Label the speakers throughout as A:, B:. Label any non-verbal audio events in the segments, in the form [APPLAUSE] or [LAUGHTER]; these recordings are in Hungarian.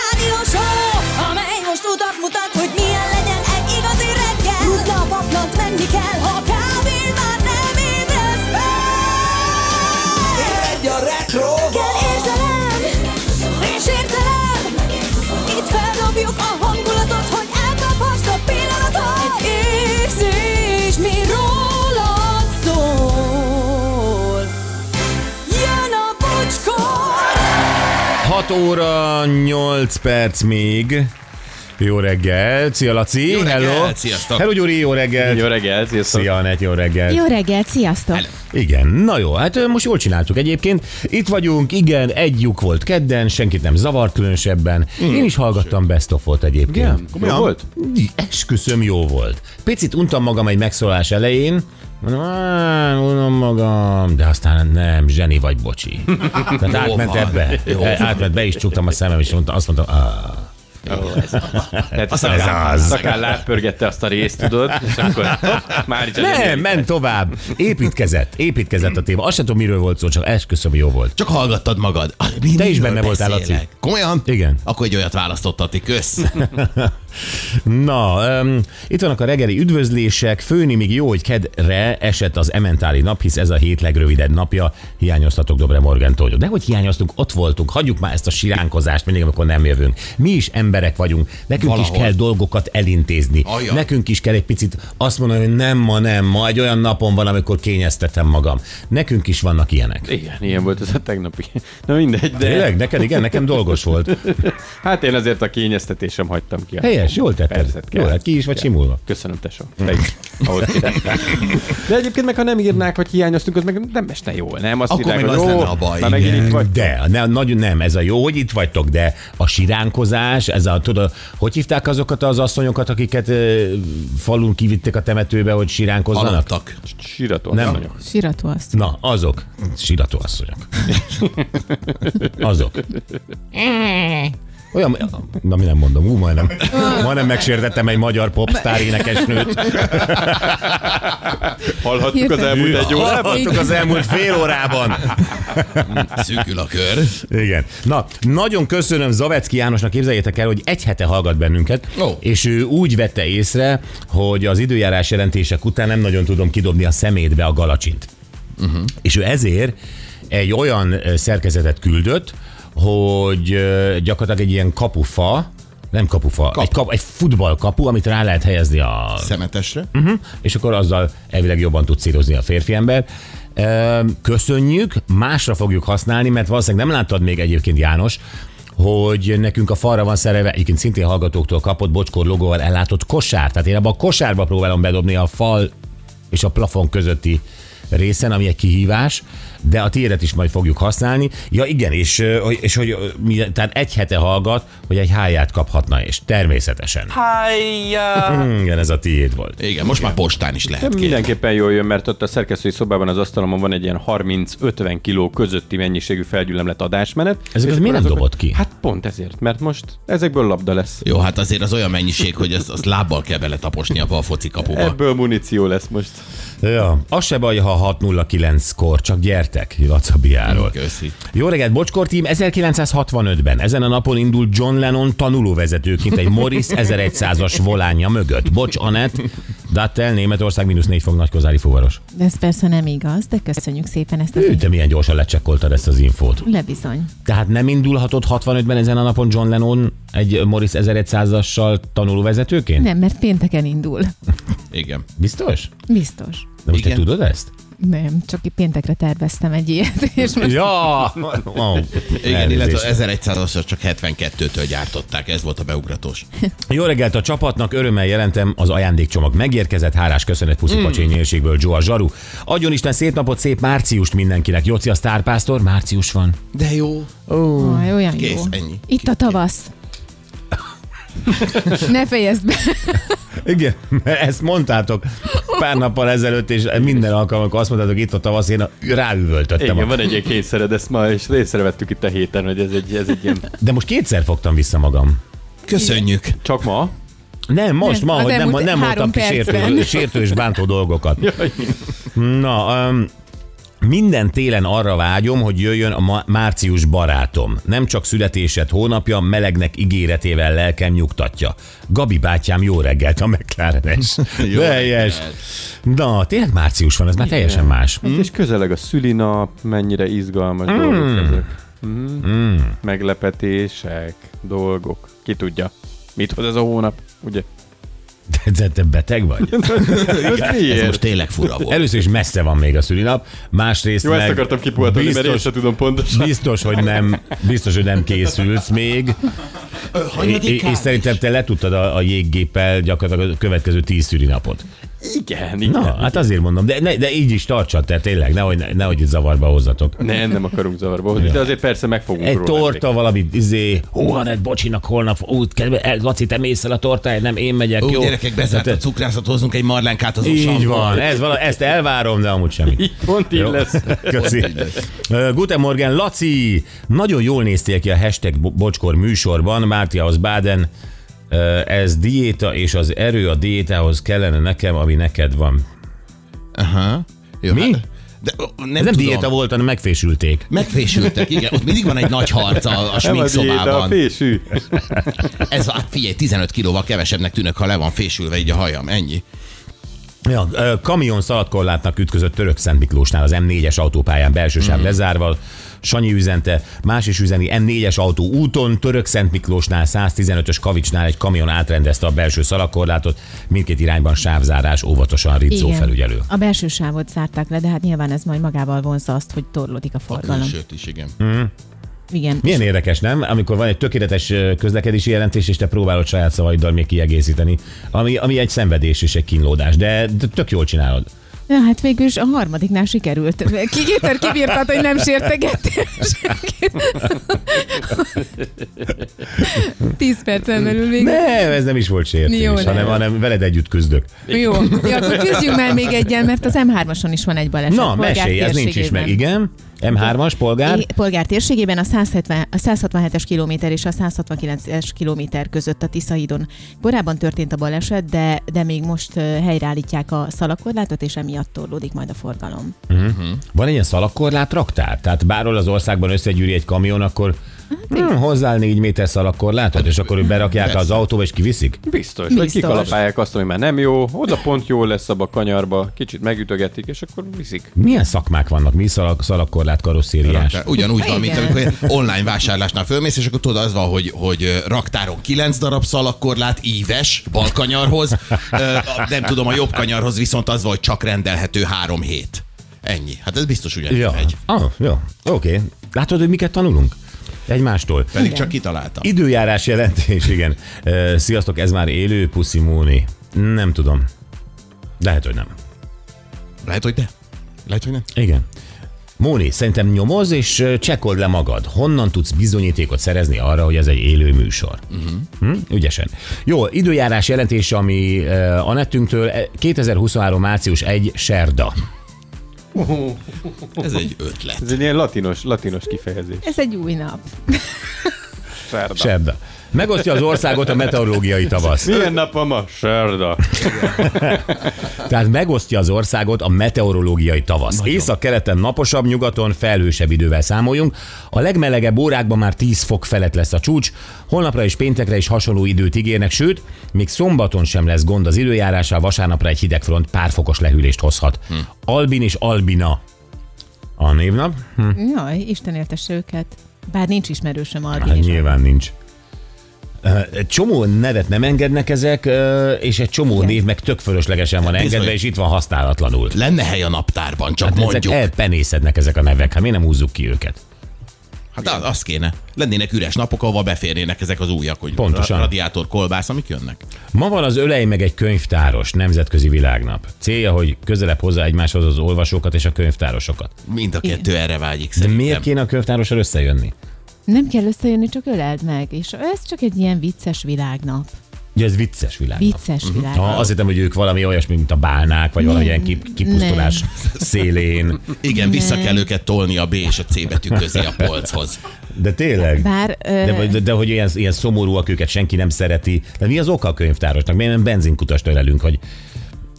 A: rádió show, amely most utat mutat, hogy milyen legyen egy igazi reggel. Rutna a paplant, menni kell, ha kávén már nem ébredsz fel.
B: Egy a retro
A: Kell érzelem, és értelem, itt feldobjuk a hangulatot, hogy elkaphast a pillanatot. Egy érzés, mi rólad szól. Jön a bocskor!
C: 6 óra 8 perc még. Jó reggel, Szia Laci,
D: Jó reggel,
C: hello.
D: sziasztok.
C: Hello Gyuri, jó reggel.
E: Jó reggelt, sziasztok.
C: Szia, Anett, jó reggel.
F: Jó reggelt, sziasztok!
C: Igen, na jó, hát ö, most jól csináltuk egyébként. Itt vagyunk, igen, egy lyuk volt kedden, senkit nem zavart különösebben. Én is hallgattam Best of volt egyébként. Igen?
E: Komolyan volt?
C: Esküszöm, jó volt. Picit untam magam egy megszólás elején, Mondom, "Á, unom magam, de aztán nem, zseni vagy bocsi. Tehát átment
D: van.
C: ebbe. E, Átment, be is csuktam a szemem, és mondta, azt mondtam, "Ah,
E: Hát szakán, szakán lábpörgette azt a részt, tudod, és akkor hopp, már csak
C: nem, ment tovább. Építkezett, építkezett a téma. Azt sem tudom, miről volt szó, csak esküszöm, jó volt.
D: Csak hallgattad magad. Mi,
C: Te is
D: miről
C: benne voltál,
D: beszélek?
C: Laci.
D: Komolyan?
C: Igen.
D: Akkor egy olyat választottad, ti
C: [LAUGHS]
D: kösz.
C: Na, um, itt vannak a reggeli üdvözlések. Főni még jó, hogy kedre esett az ementáli nap, hisz ez a hét legrövidebb napja. Hiányoztatok Dobre Morgentól. De hogy hiányoztunk, ott voltunk. Hagyjuk már ezt a siránkozást, mindig, amikor nem jövünk. Mi is emberek vagyunk. Nekünk Valahol. is
D: Valahol.
C: kell dolgokat elintézni.
D: Ajaj.
C: Nekünk is kell egy picit azt mondani, hogy nem ma, nem ma. Egy olyan napon van, amikor kényeztetem magam. Nekünk is vannak ilyenek.
E: Igen, ilyen volt ez a tegnapi. Na mindegy, de
C: Tényleg? Neked igen, nekem dolgos volt.
E: hát én azért a kényeztetésem hagytam ki.
C: Helyes, jól tetted.
E: Persze, kell.
C: Jó, hát ki is vagy simulva. Hm.
E: Köszönöm, tesó. Te is, ahogy kell. De egyébként meg, ha nem írnák, hogy hiányoztunk, az meg nem esne jól, nem? Azt
D: Akkor
E: írnák,
D: meg
E: hogy
D: az
E: jó,
D: lenne a baj,
E: Már megint igen. itt vagy.
C: De, ne, nagy, nem, ez a jó, hogy itt vagytok, de a siránkozás, ez a, tudod, hogy hívták azokat az asszonyokat, akiket ö, falun kivittek a temetőbe, hogy siránkozzanak?
D: Alaptak.
E: Sírató
C: Nem.
E: asszonyok.
F: Sirató azt.
C: Na, azok. Sirató asszonyok. Azok. Olyan, na mi nem mondom, ú, majdnem, majdnem megsértettem egy magyar popstar énekesnőt.
E: Hallhattuk az
F: Hirtelen.
E: elmúlt egy órában?
C: Hallhattuk az elmúlt fél órában.
D: Szűkül a kör.
C: Igen. Na, nagyon köszönöm Zavecki Jánosnak, képzeljétek el, hogy egy hete hallgat bennünket,
D: Ó.
C: és ő úgy vette észre, hogy az időjárás jelentések után nem nagyon tudom kidobni a szemétbe a galacsint. Uh-huh. És ő ezért egy olyan ö, szerkezetet küldött, hogy ö, gyakorlatilag egy ilyen kapufa, nem kapufa, Kap. egy, kap, egy futballkapu, amit rá lehet helyezni a
G: szemetesre.
H: Mhm.
C: és akkor azzal elvileg jobban tud szírozni a férfi ember. Ehm, Köszönjük, másra fogjuk használni, mert valószínűleg nem láttad még egyébként János, hogy nekünk a falra van szerelve, egyébként szintén hallgatóktól kapott bocskor logóval ellátott kosár. Tehát én abban a kosárba próbálom bedobni a fal és a plafon közötti részen, ami egy kihívás, de a tiédet is majd fogjuk használni. Ja igen, és, ö, hogy- és hogy ö, mi- tehát egy hete hallgat, hogy egy háját kaphatna, és természetesen. Hája! Igen, ez a tiéd volt.
H: Igen, most már postán is lehet kérni.
E: Hát Mindenképpen jól jön, mert ott a szerkesztői szobában az asztalomon van egy ilyen 30-50 kiló közötti mennyiségű felgyülemlet adásmenet.
C: Ezeket miért
E: És akkor
C: nem
E: azokat-
C: dobod ki?
E: Hát pont ezért, mert most ezekből labda lesz.
H: Jó, hát azért az olyan mennyiség, hogy ezt, azt lábbal kell beletaposni abba a foci kapuba.
E: Ebből muníció lesz most.
C: Ja, az se baj, ha 6.09-kor, csak gyertek Lacabiáról.
H: Köszi.
C: Jó reggelt, Bocskor tím, 1965-ben ezen a napon indult John Lennon tanulóvezetőként egy Morris 1100-as volánja mögött. Bocs, Anett, Dattel, Németország, mínusz 4 fok nagykozári fuvaros.
F: Ez persze nem igaz, de köszönjük szépen ezt a
C: Ő, te milyen gyorsan lecsekkoltad ezt az infót.
F: Lebizony.
C: Tehát nem indulhatott 65-ben ezen a napon John Lennon egy Morris 1100-assal tanulóvezetőként?
F: Nem, mert pénteken indul.
H: Igen.
C: Biztos?
F: Biztos.
C: De most
H: Igen.
C: te tudod ezt?
F: Nem, csak én péntekre terveztem egy ilyet, és most
C: Ja! Oh,
H: Igen, illetve 1100-szor csak 72-től gyártották, ez volt a beugratós.
C: Jó reggelt a csapatnak, örömmel jelentem, az ajándékcsomag megérkezett, hálás köszönet puszi mm. érségből, Joe a zsaru. Adjon Isten szép napot, szép márciust mindenkinek. Jóci a sztárpásztor, március van.
H: De jó.
F: Aj, olyan
H: Kész,
F: jó.
H: ennyi.
F: Itt a tavasz. Ne fejezd be.
C: Igen, [LAUGHS] mert ezt mondtátok pár nappal ezelőtt, és minden alkalommal azt mondtátok, itt a tavasz, én ráüvöltöttem.
E: Igen, van egy ilyen kényszered, ezt ma és észrevettük itt a héten, hogy ez egy, ez egy
C: [LAUGHS]
E: ilyen...
C: De most kétszer fogtam vissza magam.
H: Köszönjük.
E: Csak ma?
C: Nem, most ma,
F: Nem, az
C: hogy nem,
F: elmúlt
C: nem
F: három
C: mondtam ki sértő,
F: percben.
C: sértő és bántó dolgokat. Na, um, Minden télen arra vágyom, hogy jöjjön a ma- március barátom. Nem csak születésed hónapja, melegnek ígéretével lelkem nyugtatja. Gabi bátyám, jó reggelt a
E: [LAUGHS]
C: McLarenes.
H: Jó
C: Teljes. Na, tényleg március van, ez már teljesen más.
E: Hát és közeleg a szülinap, mennyire izgalmas
C: Hm.
E: dolgok ezek. Mm. Meglepetések, dolgok. Ki tudja, mit hoz ez a hónap,
C: [LAUGHS]
E: ugye?
C: Te, te, te beteg vagy?
E: [LAUGHS] Ez
H: Ez
E: miért?
H: most tényleg fura volt.
C: Először is messze van még a szülinap, másrészt
E: Jó,
C: meg
E: ezt akartam kipultolni, mert én
C: biztos,
E: sem tudom pontosan.
C: biztos, hogy nem, biztos, hogy nem készülsz még, és, és szerintem te letudtad a, a jéggéppel gyakorlatilag a következő tíz szülinapot.
E: Igen, igen.
C: Na, hát azért mondom, de, ne, de így is tartsad, tehát tényleg, nehogy, nehogy itt zavarba hozzatok.
E: Nem, nem akarunk zavarba hozni, de azért persze meg fogunk
C: Egy
E: róla
C: torta,
E: emlékezni.
C: valami, izé, hú, Anett, bocsinak, holnap, ú, kedve, el, Laci, te mész el a tortáért, nem én megyek,
H: Jó,
C: jó?
H: gyerekek, bezárt a
C: Tehát-
H: cukrászat, hozunk egy marlánkát az
C: Így
H: usamból.
C: van, ez vala, ezt elvárom, de amúgy semmi.
E: Így pont így
C: Jó.
E: [LAUGHS] lesz.
C: [LAUGHS] Köszi.
H: Pont így lesz.
C: Ö, Guten Morgen, Laci! Nagyon jól néztél ki a hashtag bo- bocskor műsorban, Mártiahoz Baden. Ö, Ez diéta, és az erő a diétához kellene nekem, ami neked van.
H: Aha. Jó,
C: Mi?
H: Hát, de ó, nem,
C: Ez nem
H: tudom.
C: diéta volt, hanem megfésülték.
H: Megfésültek, igen. Ott mindig van egy nagy harc a, a
E: Nem
H: smink
E: a diéta, a
H: szobában.
E: fésű.
H: Ez a, hát figyelj, 15 kilóval kevesebbnek tűnök, ha le van fésülve így a hajam. Ennyi.
C: Ja, ö, kamion szaladkorlátnak ütközött török Szent Miklósnál az M4-es autópályán belső
F: Mhm.
C: sáv lezárval. Sanyi üzente, más is üzeni M4-es autó úton, török Szent Miklósnál 115-ös kavicsnál egy kamion átrendezte a belső szalakorlátot, mindkét irányban sávzárás, óvatosan rizzó felügyelő.
F: A belső sávot zárták le, de hát nyilván ez majd magával vonza azt, hogy torlódik a
H: A
F: forgalom.
H: külsőt is, igen.
F: Igen.
C: Milyen érdekes, nem? Amikor van egy tökéletes ö, közlekedési jelentés, és te próbálod saját szavaiddal még kiegészíteni, ami, ami egy szenvedés és egy kínlódás, de de tök jól csinálod.
F: Ja, hát végül is a harmadiknál sikerült. Ki kétszer kibírtad, hogy nem sértegettél senkit. Tíz percen belül még.
C: Nem, ez nem is volt sértés,
F: Jó, de
C: hanem,
F: jó.
C: hanem veled együtt küzdök.
F: Jó, ja, akkor küzdjünk már még egyen, mert az M3-ason is van egy baleset.
C: Na,
F: Polgár
C: mesélj, ez nincs is
F: térségében.
C: meg, igen. M3-as polgár.
F: É- Polgár térségében a, 170, a 167-es kilométer és a 169-es kilométer között a Tiszahídon. Korábban történt a baleset, de, de még most ö, helyreállítják a szalakorlátot, és emiatt torlódik majd a forgalom.
C: Van egy ilyen szalakkorlát raktár? Tehát bárhol az országban összegyűri egy kamion, akkor
F: Hát
C: hmm, hozzá négy méter szalakkorlátot, és akkor ők berakják az autóba, és kiviszik?
E: Biztos, hogy
F: Biztos.
E: kikalapálják azt, ami már nem jó, oda pont jól lesz abba a kanyarba, kicsit megütögetik, és akkor viszik.
C: Milyen szakmák vannak? Mi szalak, szalakkorlát karosszériás?
H: Raktár. Ugyanúgy van, mint
F: Igen.
H: amikor online vásárlásnál fölmész, és akkor tudod, az van, hogy, hogy ö, raktáron 9 darab szalakkorlát, íves, balkanyarhoz, nem tudom, a jobb kanyarhoz viszont az van, hogy csak rendelhető három hét. Ennyi. Hát ez biztos ugyanúgy
C: Ja.
H: megy.
C: Ah, jó. Oké. Okay. Látod, hogy miket tanulunk? Egymástól.
H: Pedig csak kitaláltam.
C: Időjárás jelentés, igen. Ö, Sziasztok, ez már élő puszi Móni. Nem tudom. Lehet, hogy nem.
H: Lehet, hogy de. Lehet, hogy nem.
C: Igen. Móni, szerintem nyomoz és ö, csekkold le magad. Honnan tudsz bizonyítékot szerezni arra, hogy ez egy élő műsor? Uh-huh. Hm? Ügyesen. Jó, időjárás jelentése, ami uh, Anettünktől eh, 2023. március 1. Serda.
H: Ez egy ötlet.
E: Ez egy ilyen latinos, latinos kifejezés.
F: Ez egy új nap.
E: Szerda.
C: Serda. Megosztja az országot a meteorológiai tavasz.
E: Milyen nap van ma? Serda.
C: Tehát megosztja az országot a meteorológiai tavasz. Észak-keleten naposabb, nyugaton felhősebb idővel számoljunk. A legmelegebb órákban már 10 fok felett lesz a csúcs. Holnapra és péntekre is hasonló időt ígérnek, sőt, még szombaton sem lesz gond az időjárással, vasárnapra egy hidegfront pár fokos lehűlést hozhat. Hm. Albin és Albina a névnap?
F: Jaj, Isten éltesse őket. Bár nincs ismerősöm Albin
C: Hát
F: és
C: nyilván nincs. Ö, Egy csomó nevet nem engednek ezek, ö, és egy csomó név meg tök fölöslegesen van
H: bizony.
C: engedve, és itt van használatlanul.
H: Lenne hely a naptárban, csak
C: Hát ezek
H: mondjuk.
C: elpenészednek ezek a nevek, hát mi nem húzzuk ki őket?
H: Hát az, az kéne. Lennének üres napok, ahova beférnének ezek az újak, hogy
C: Pontosan.
H: ra- radiátor kolbász, amik jönnek.
C: Ma van az Ölej meg egy könyvtáros nemzetközi világnap. Célja, hogy közelebb hozza egymáshoz az olvasókat és a könyvtárosokat.
H: Mind a kettő erre vágyik
C: De
H: szerintem.
C: miért kéne a könyvtárossal összejönni?
F: Nem kell összejönni, csak öleld meg. És ez csak egy ilyen vicces világnap.
C: Ugye ez vicces világnap.
F: Vicces világnap.
C: Ha, azt hittem, hogy ők valami olyasmi, mint a bálnák, vagy valami ilyen kip- kipusztulás [LAUGHS] szélén.
H: Igen, vissza kell őket tolni a B és a C betű közé a polchoz.
C: De tényleg?
F: Bár, ö,
C: De, de, de hogy ilyen, ilyen szomorúak őket, senki nem szereti. De mi az oka a könyvtárosnak? Miért nem benzinkutast ölelünk, hogy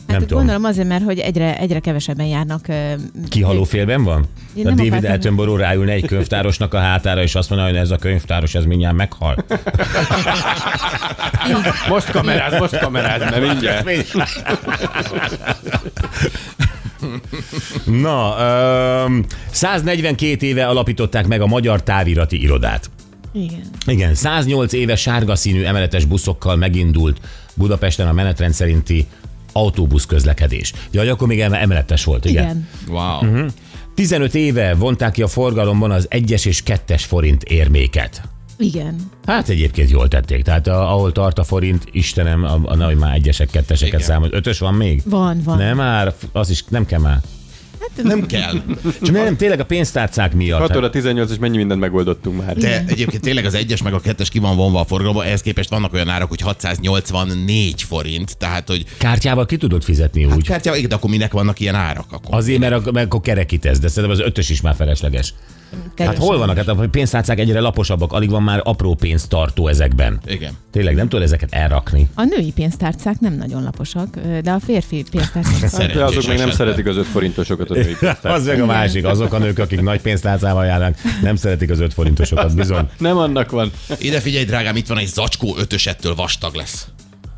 C: Nem
F: hát
C: tudom.
F: gondolom azért, mert hogy egyre, egyre kevesebben járnak. ö,
C: Kihaló félben van?
F: Én
C: a
F: nem
C: David
F: akartam.
C: Attenborough ráülne egy könyvtárosnak a hátára, és azt mondaná, hogy ez a könyvtáros, ez mindjárt
F: [LAUGHS]
C: meghal.
E: Most kameráz, most kameráz, mert mindjárt.
C: Na, öm, 142 éve alapították meg a Magyar Távirati Irodát.
F: Igen.
C: Igen, 108 éve sárga színű emeletes buszokkal megindult Budapesten a menetrend szerinti autóbusz közlekedés. Jaj, akkor még eme- emeletes volt, igen. igen.
F: Igen.
D: Wow.
H: Mhm.
D: Mm-hmm.
C: 15 éve vonták ki a forgalomban az 1-es és 2-es forint érméket.
F: Igen.
C: Hát egyébként jól tették. Tehát a, ahol tart a forint, Istenem, a, a, nehogy már egyesek, ketteseket
H: Igen.
C: számol. Ötös van még?
F: Van, van.
C: Nem már, az is nem kell már.
H: Nem kell.
C: Csak nem, tényleg a pénztárcák miatt.
E: 6 óra 18 és mennyi mindent megoldottunk már.
H: De egyébként tényleg az egyes meg a kettes ki van vonva a forgalomba, ehhez képest vannak olyan árak, hogy 684 forint, tehát hogy
C: Hát Kártyával ki tudod fizetni
H: hát
C: úgy?
H: kártya, igen, de akkor minek vanvannak ilyen árak? Akkor?
C: Azért, mert ak- mert akkor kerekítesz, de szerintem az ötös is már felesleges. Hát
F: Teljesen.
C: hol vannak? Hát a pénztárcák egyre laposabbak, alig van már apró pénztartó ezekben.
H: Igen.
C: Tényleg nem tudod ezeket elrakni.
F: A női pénztárcák nem nagyon laposak, ö, de a férfi
C: [LAUGHS]
F: pénztárcák.
E: Hát, De azok még nem
H: esetben.
E: szeretik az 5 forintosokat a női
C: Az meg a másik, azok a nők, akik nagy pénztárcával járnak, nem szeretik az öt forintosokat, bizony.
E: Nem annak van.
H: Ide figyelj, drágám, itt van egy zacskó ötösettől vastag lesz.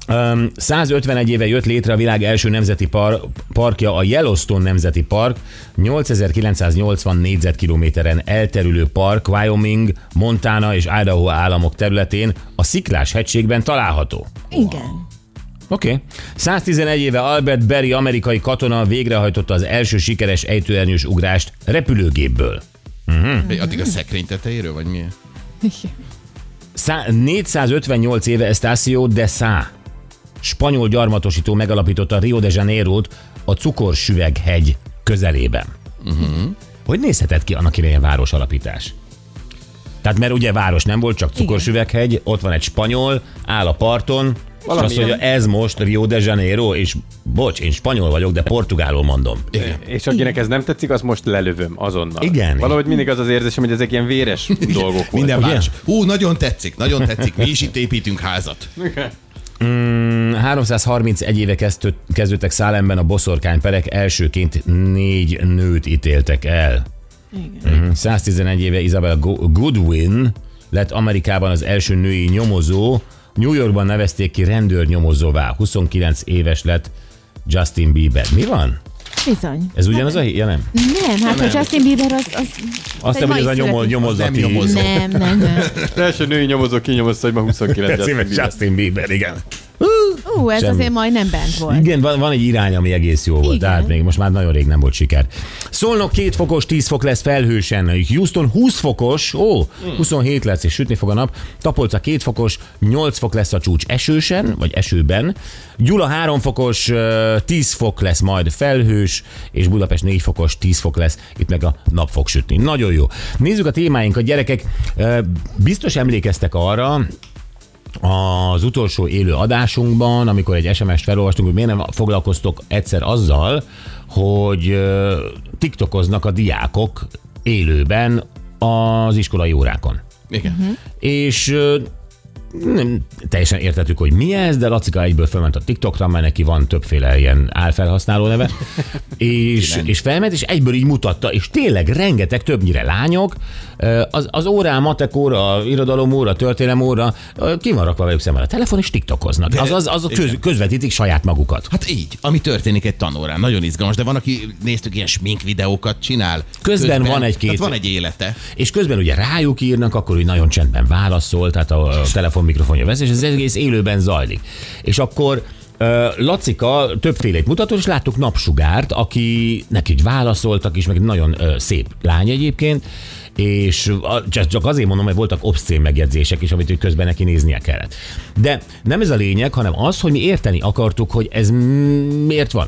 C: Um, 151 éve jött létre a világ első nemzeti par- parkja, a Yellowstone Nemzeti Park. 8980 négyzetkilométeren elterülő park Wyoming, Montana és Idaho államok területén a Sziklás hegységben található.
F: Igen.
C: Oké. Okay. 111 éve Albert Berry amerikai katona végrehajtotta az első sikeres ejtőernyős ugrást repülőgépből.
H: Vagy Addig a szekrény tetejéről, vagy mi?
C: Szá- 458 éve Estacio de Sá, spanyol gyarmatosító megalapította Rio de Janeiro-t a cukorsüveghegy közelében. Uh-huh. Hogy nézhetett ki annak idején város alapítás? Tehát mert ugye város nem volt, csak cukorsüveghegy, ott van egy spanyol, áll a parton, Valami és azt mondja, ez most Rio de Janeiro, és bocs, én spanyol vagyok, de portugálul mondom.
E: És akinek ez nem tetszik, azt most lelövöm azonnal.
C: Igen.
E: Valahogy mindig az az érzésem, hogy ezek ilyen véres dolgok voltak.
H: Minden város. Hú, nagyon tetszik, nagyon tetszik. Mi is itt építünk házat.
C: 331 éve kezdtő- kezdődtek Szálemben a boszorkányperek, elsőként négy nőt ítéltek el.
F: Igen.
C: Mhm. 111 éve Isabel Go- Goodwin lett Amerikában az első női nyomozó. New Yorkban nevezték ki rendőrnyomozóvá. 29 éves lett Justin Bieber. Mi van?
F: Bizony.
C: Ez ugyanaz a hí- ja, nem?
F: Nem, hát hogy Justin Bieber az... az
C: Azt
F: egy
C: nem, hogy ez a
F: mai
C: nyomor, nyomozati...
F: születés.
H: Nem nyomozó.
F: Nem, nem, nem.
C: [LAUGHS]
E: Az első női nyomozó kinyomozta, hogy ma 29
C: Justin
E: Justin
C: Bieber.
E: Bieber.
C: Justin Bieber, igen.
F: Ú, ez
C: Semmi.
F: azért majdnem bent volt.
C: Igen, van, van egy irány, ami egész jó volt, de
F: Igen.
C: hát még most már nagyon rég nem volt siker. Szolnok két fokos, 10 fok lesz felhősen. Houston 20 fokos, ó,
F: Hmm.
C: 27 lesz és sütni fog a nap. Tapolca két fokos, 8 fok lesz a csúcs esősen, vagy esőben. Gyula 3 fokos, ö, 10 fok lesz majd felhős, és Budapest 4 fokos, 10 fok lesz, itt meg a nap fog sütni. Nagyon jó. Nézzük a témáinkat, gyerekek. Ö, Biztos emlékeztek arra, az utolsó élő adásunkban, amikor egy SMS-t felolvastunk, hogy miért nem foglalkoztok egyszer azzal, hogy ö, tiktokoznak a diákok élőben az iskolai órákon.
H: Igen.
C: Mhm. És ö, nem teljesen értettük, hogy mi ez, de Lacika egyből felment a TikTokra, mert neki van többféle ilyen álfelhasználó neve, és, és felment, és egyből így mutatta, és tényleg rengeteg, többnyire lányok, ö, az, az órán, matek óra, irodalom óra, történelem óra, ö, ki van rakva velük szemben a telefon, és tiktokoznak. Azaz, azok köz, közvetítik saját magukat.
H: Hát így, ami történik egy tanórán, nagyon izgalmas, de van, aki néztük, ilyen smink videókat csinál.
C: Közben van egy-két-
H: tehát van egy élete.
C: És közben ugye rájuk írnak, akkor úgy nagyon csendben válaszol, tehát a a telefon mikrofonja vesz, és ez egész élőben zajlik. És akkor ö, Lacika többfélét mutatott, és láttuk napsugárt, aki neki így válaszoltak is, meg nagyon ö, szép lány egyébként, és a- csak- csak azért mondom, mert voltak obszcén megjegyzések is, amit ő közben neki néznie kellett. De nem ez a lényeg, hanem az, hogy mi érteni akartuk, hogy ez m- miért van.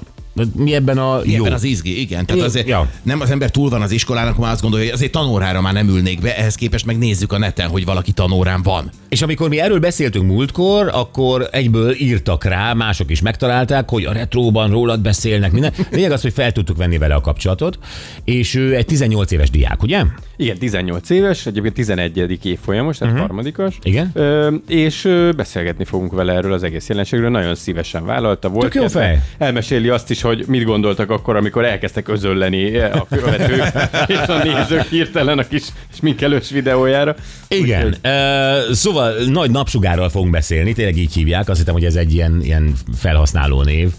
C: mi ebben a
H: Jó.
C: jó?
H: Ebben az izgi, igen. Tehát
C: Jó.
H: azért
C: Ja.
H: ja. nem az ember túl van az iskolának, már azt gondolja, hogy azért tanórára már nem ülnék be, ehhez képest meg nézzük a neten, hogy valaki tanórán van.
C: És amikor mi erről beszéltünk múltkor, akkor egyből írtak rá, mások is megtalálták, hogy a retróban rólad beszélnek, minden. Lényeg az, hogy fel tudtuk venni vele a kapcsolatot, és ő egy 18 éves diák, ugye?
E: Igen, 18 éves, egyébként 11. évfolyamos, tehát uh-huh. harmadikos.
C: Igen.
E: Ö, és ö, beszélgetni fogunk vele erről az egész jelenségről. Nagyon szívesen vállalta. Volt
C: Tök jó
E: kedve.
C: fej.
E: Elmeséli azt is, hogy mit gondoltak akkor, amikor elkezdtek özölleni eh, a követők és a nézők hirtelen a kis sminkelős videójára.
C: Igen.
E: Úgyhogy-
C: Uh, szóval nagy napsugárral fogunk beszélni, tényleg így hívják, azt hittem, hogy ez egy ilyen, ilyen felhasználó név.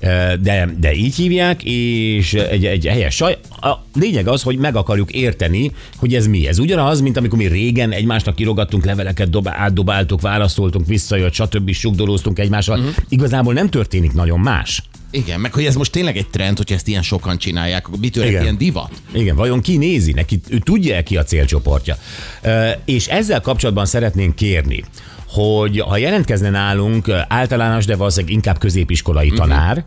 C: Ö, De, de így hívják, és egy, egy helyes saj. A lényeg az, hogy meg akarjuk érteni, hogy ez mi. Ez ugyanaz, mint amikor mi régen egymásnak kirogattunk, leveleket dob, átdobáltuk, válaszoltunk, visszajött, stb. sugdolóztunk egymással. Uh-huh. Igazából nem történik nagyon más.
H: Igen, meg hogy ez most tényleg egy trend, hogy ezt ilyen sokan csinálják, akkor mitől
C: Igen.
H: egy ilyen divat? Hát
C: Igen, vajon ki nézi neki, ő tudja -e ki a célcsoportja. Ö, És ezzel kapcsolatban szeretnénk kérni, hogy ha jelentkezne nálunk ö, általános, de valószínűleg inkább középiskolai tanár,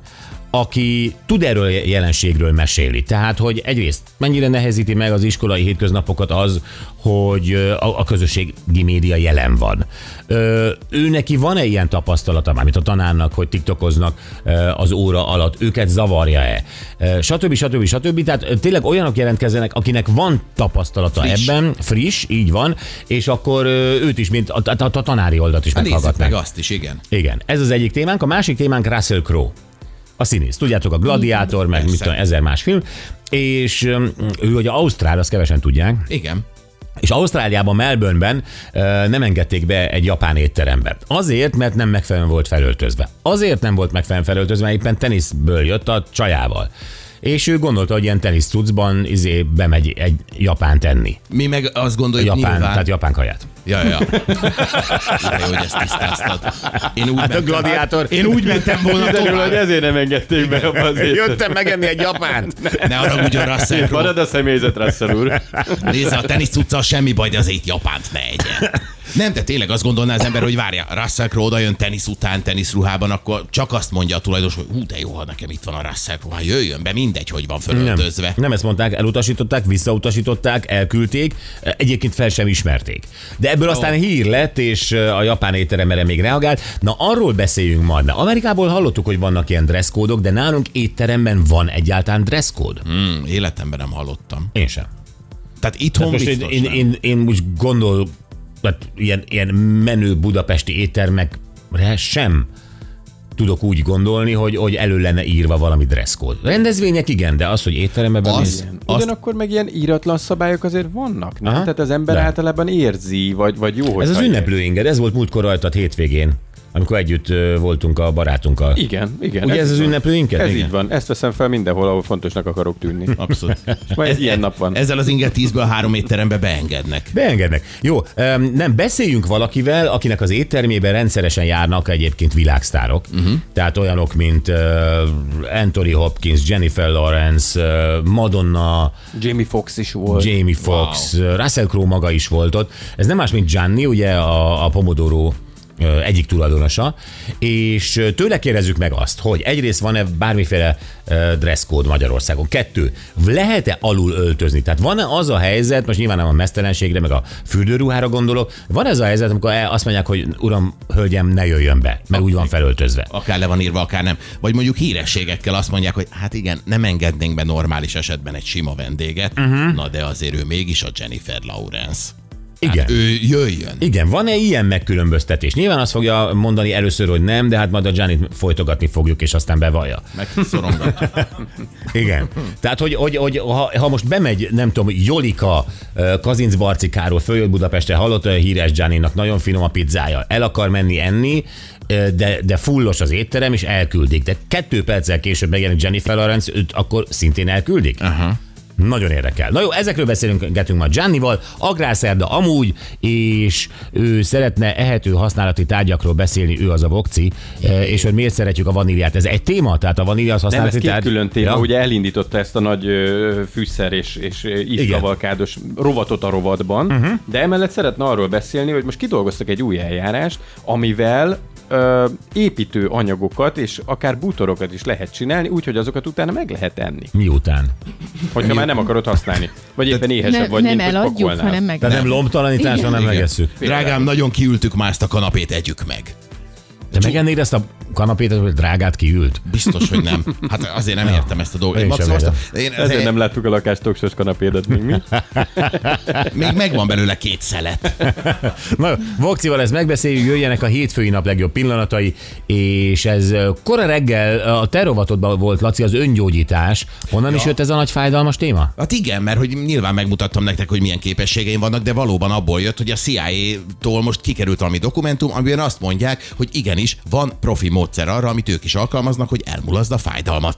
C: aki tud erről a jelenségről mesélni. Tehát, hogy egyrészt mennyire nehezíti meg az iskolai hétköznapokat az, hogy ö, a, a közösségi média jelen van. Ö, ő neki van-e ilyen tapasztalata, mármint a tanárnak, hogy tiktokoznak ö, az óra alatt, őket zavarja-e, Ö, stb. stb. stb. Tehát ö, tényleg olyanok jelentkezzenek, akinek van tapasztalata
H: Friss.
C: ebben, friss, így van, és akkor ö, őt is, mint a, a, a tanári oldalt is
H: Hát nézzük
C: meghallgatnák.
H: meg azt is, igen.
C: Igen, ez az egyik témánk. A másik témánk Russell Crowe. A színész. Tudjátok, a Gladiátor, meg mit
H: Persze.
C: tudom, ezer más film. És öm, ő ugye Ausztrál, azt kevesen tudják.
H: Igen.
C: És Ausztráliában, Melbourneben ö, nem engedték be egy japán étterembe. Azért, mert nem megfelelően volt felöltözve. Azért nem volt megfelelően felöltözve, mert éppen teniszből jött a csajával. És ő gondolta, hogy ilyen tenisz cuccban izé bemegy egy japánt enni.
H: Mi meg azt gondoljuk
C: Japán,
H: nyilván...
C: tehát japán kaját.
H: Ja, ja. De jó, hogy ezt tisztáztad. Én úgy hát mentem,
C: gladiátor-
H: Én úgy mentem volna
E: Kiderül, hogy
H: tovább.
E: ezért nem engedték be abba az étterembe.
C: megenni egy japánt.
H: Ne arra ugyan Russell Crowe.
E: Marad a személyzet, Russell úr.
H: Nézze, a tenisz cuccal semmi baj, de azért Japánt ne egyen. Nem, de tényleg azt gondolná az ember, hogy várja, Russell Crowe oda jön tenisz után, teniszruhában, akkor csak azt mondja a tulajdonos, hogy hú, de jó, ha nekem itt van a Russell Crowe, hát jöjjön be, mindegy, hogy van
C: Nem,
H: fölöltözve.
C: nem ezt mondták, elutasították, visszautasították, elküldték, egyébként fel sem ismerték. De ebből aztán hír lett, és a japán étterem erre még reagált. Na, arról beszéljünk majd. Na, Amerikából hallottuk, hogy vannak ilyen dresszkódok, de nálunk étteremben van egyáltalán dresszkód.
H: Hmm, életemben nem hallottam.
C: Én sem.
H: Tehát itthon
C: Hát Most én,
H: biztos
C: én,
H: nem.
C: én, én most gondol, tehát ilyen, ilyen menő budapesti éttermekre sem tudok úgy gondolni, hogy, hogy elő lenne írva valami dresszkód. Rendezvények igen, de az, hogy étteremben
H: Az, azt,
E: Ugyanakkor meg ilyen íratlan szabályok azért vannak, nem?
C: Aha.
E: Tehát az ember
C: De.
E: általában érzi, vagy, vagy jó, hogy
C: Ez az
E: hallja.
C: ünneplő inged, ez volt múltkor rajtad hétvégén, amikor együtt ö, voltunk a barátunkkal.
E: Igen, igen.
C: Ugye ez az
E: így van.
C: ünneplő inged?
E: Ez
C: Igen.
E: így van. Ezt veszem fel mindenhol, ahol fontosnak akarok tűnni.
H: abszolút.
E: Ma egy ilyen nap van.
H: Ezzel az inget 10-ből három étterembe beengednek.
C: Beengednek. Jó, em, nem, beszéljünk valakivel, akinek az éttermében rendszeresen járnak egyébként világsztárok.
E: Mhm.
C: Uh-huh. Tehát olyanok, mint uh, Anthony Hopkins, Jennifer Lawrence, uh, Madonna,
E: Jamie Fox is volt.
C: Jamie Foxx, wow. Russell Crowe maga is volt ott. Ez nem más, mint Gianni, ugye a, a Pomodoro ö, egyik tulajdonosa, és ö, tőle kérdezzük meg azt, hogy egyrészt van-e bármiféle ö, dresszkód Magyarországon? Kettő, lehet-e alul öltözni? Tehát van-e az a helyzet, most nyilván nem a mesztelenségre, meg a fürdőruhára gondolok, van ez a helyzet, amikor el- azt mondják, hogy uram, hölgyem, ne jöjjön be, mert úgy van felöltözve.
H: akár le van írva, akár nem. Vagy mondjuk hírességekkel azt mondják, hogy hát igen, nem engednénk be normális esetben egy sima vendéget,
C: Mhm.
H: uh-huh. na de azért ő mégis a Jennifer Lawrence.
C: Igen.
H: Ő jöjjön.
C: Igen, van-e ilyen megkülönböztetés? Nyilván azt fogja mondani először, hogy nem, de hát majd a Gianni folytogatni fogjuk, és aztán bevallja.
H: Meg szorongatja.
C: [LAUGHS] Igen. Tehát, hogy, hogy, hogy ha, ha, most bemegy, nem tudom, Jolika ö, Kazinc Barcikáról följött Budapestre, hallott a híres Gianninak, nagyon finom a pizzája, el akar menni enni, ö, de, de fullos az étterem, és elküldik. De kettő perccel később megjelenik Jennifer Lawrence, őt akkor szintén elküldik? Aha. Nagyon érdekel. Na jó, ezekről beszélgetünk ma Giannival, agrárszerda amúgy, és ő szeretne ehető használati tárgyakról beszélni, ő az a vokci, ö, és hogy miért szeretjük a vaníliát. Ez egy téma? Tehát a vanília az
E: Nem, ez
C: használati
E: két
C: tárgy?
E: külön téma. Ja. Ugye elindította ezt a nagy ö, fűszer és, és ö, ízkavalkádos rovatot a Mhm. rovatban, uh-huh. de emellett szeretne arról beszélni, hogy most kidolgoztak egy új eljárást, amivel ö, építő anyagokat, és akár bútorokat is lehet csinálni, úgyhogy azokat utána meg lehet enni,
C: Miután?
E: hogyha már nem akarod használni. Vagy éppen éhesebb
F: Ne,
E: vagy,
F: nem
E: mint hogy
F: eladjuk,
E: pakolnál.
F: hanem meg.
C: Tehát nem lomtalanítás, hanem
H: Igen.
C: megesszük.
H: Drágám, nagyon kiültük már ezt a kanapét, együk meg.
C: Te megennéd ezt a kanapét, hogy drágát kiült?
H: Biztos, hogy nem. Hát azért nem értem ezt a dolgot.
C: Én
H: Én,
C: sem
H: maximum azt- én,
E: Ezért
H: én-
E: nem láttuk a lakást toksos kanapédat még mi.
H: Még megvan belőle két szelet.
C: Na, Vokcival ezt megbeszéljük, jöjjenek a hétfői nap legjobb pillanatai, és ez ö, kora reggel eh, a te rovatodban volt, Laci, az öngyógyítás. Honnan ja. is jött ez a nagy fájdalmas téma?
H: Hát igen, mert hogy nyilván megmutattam nektek, hogy milyen képességeim vannak, de valóban abból jött, hogy a CIA-tól most kikerült valami dokumentum, amiben azt mondják, hogy igenis van profi módszer arra, amit ők is alkalmaznak, hogy elmulaszd a fájdalmat.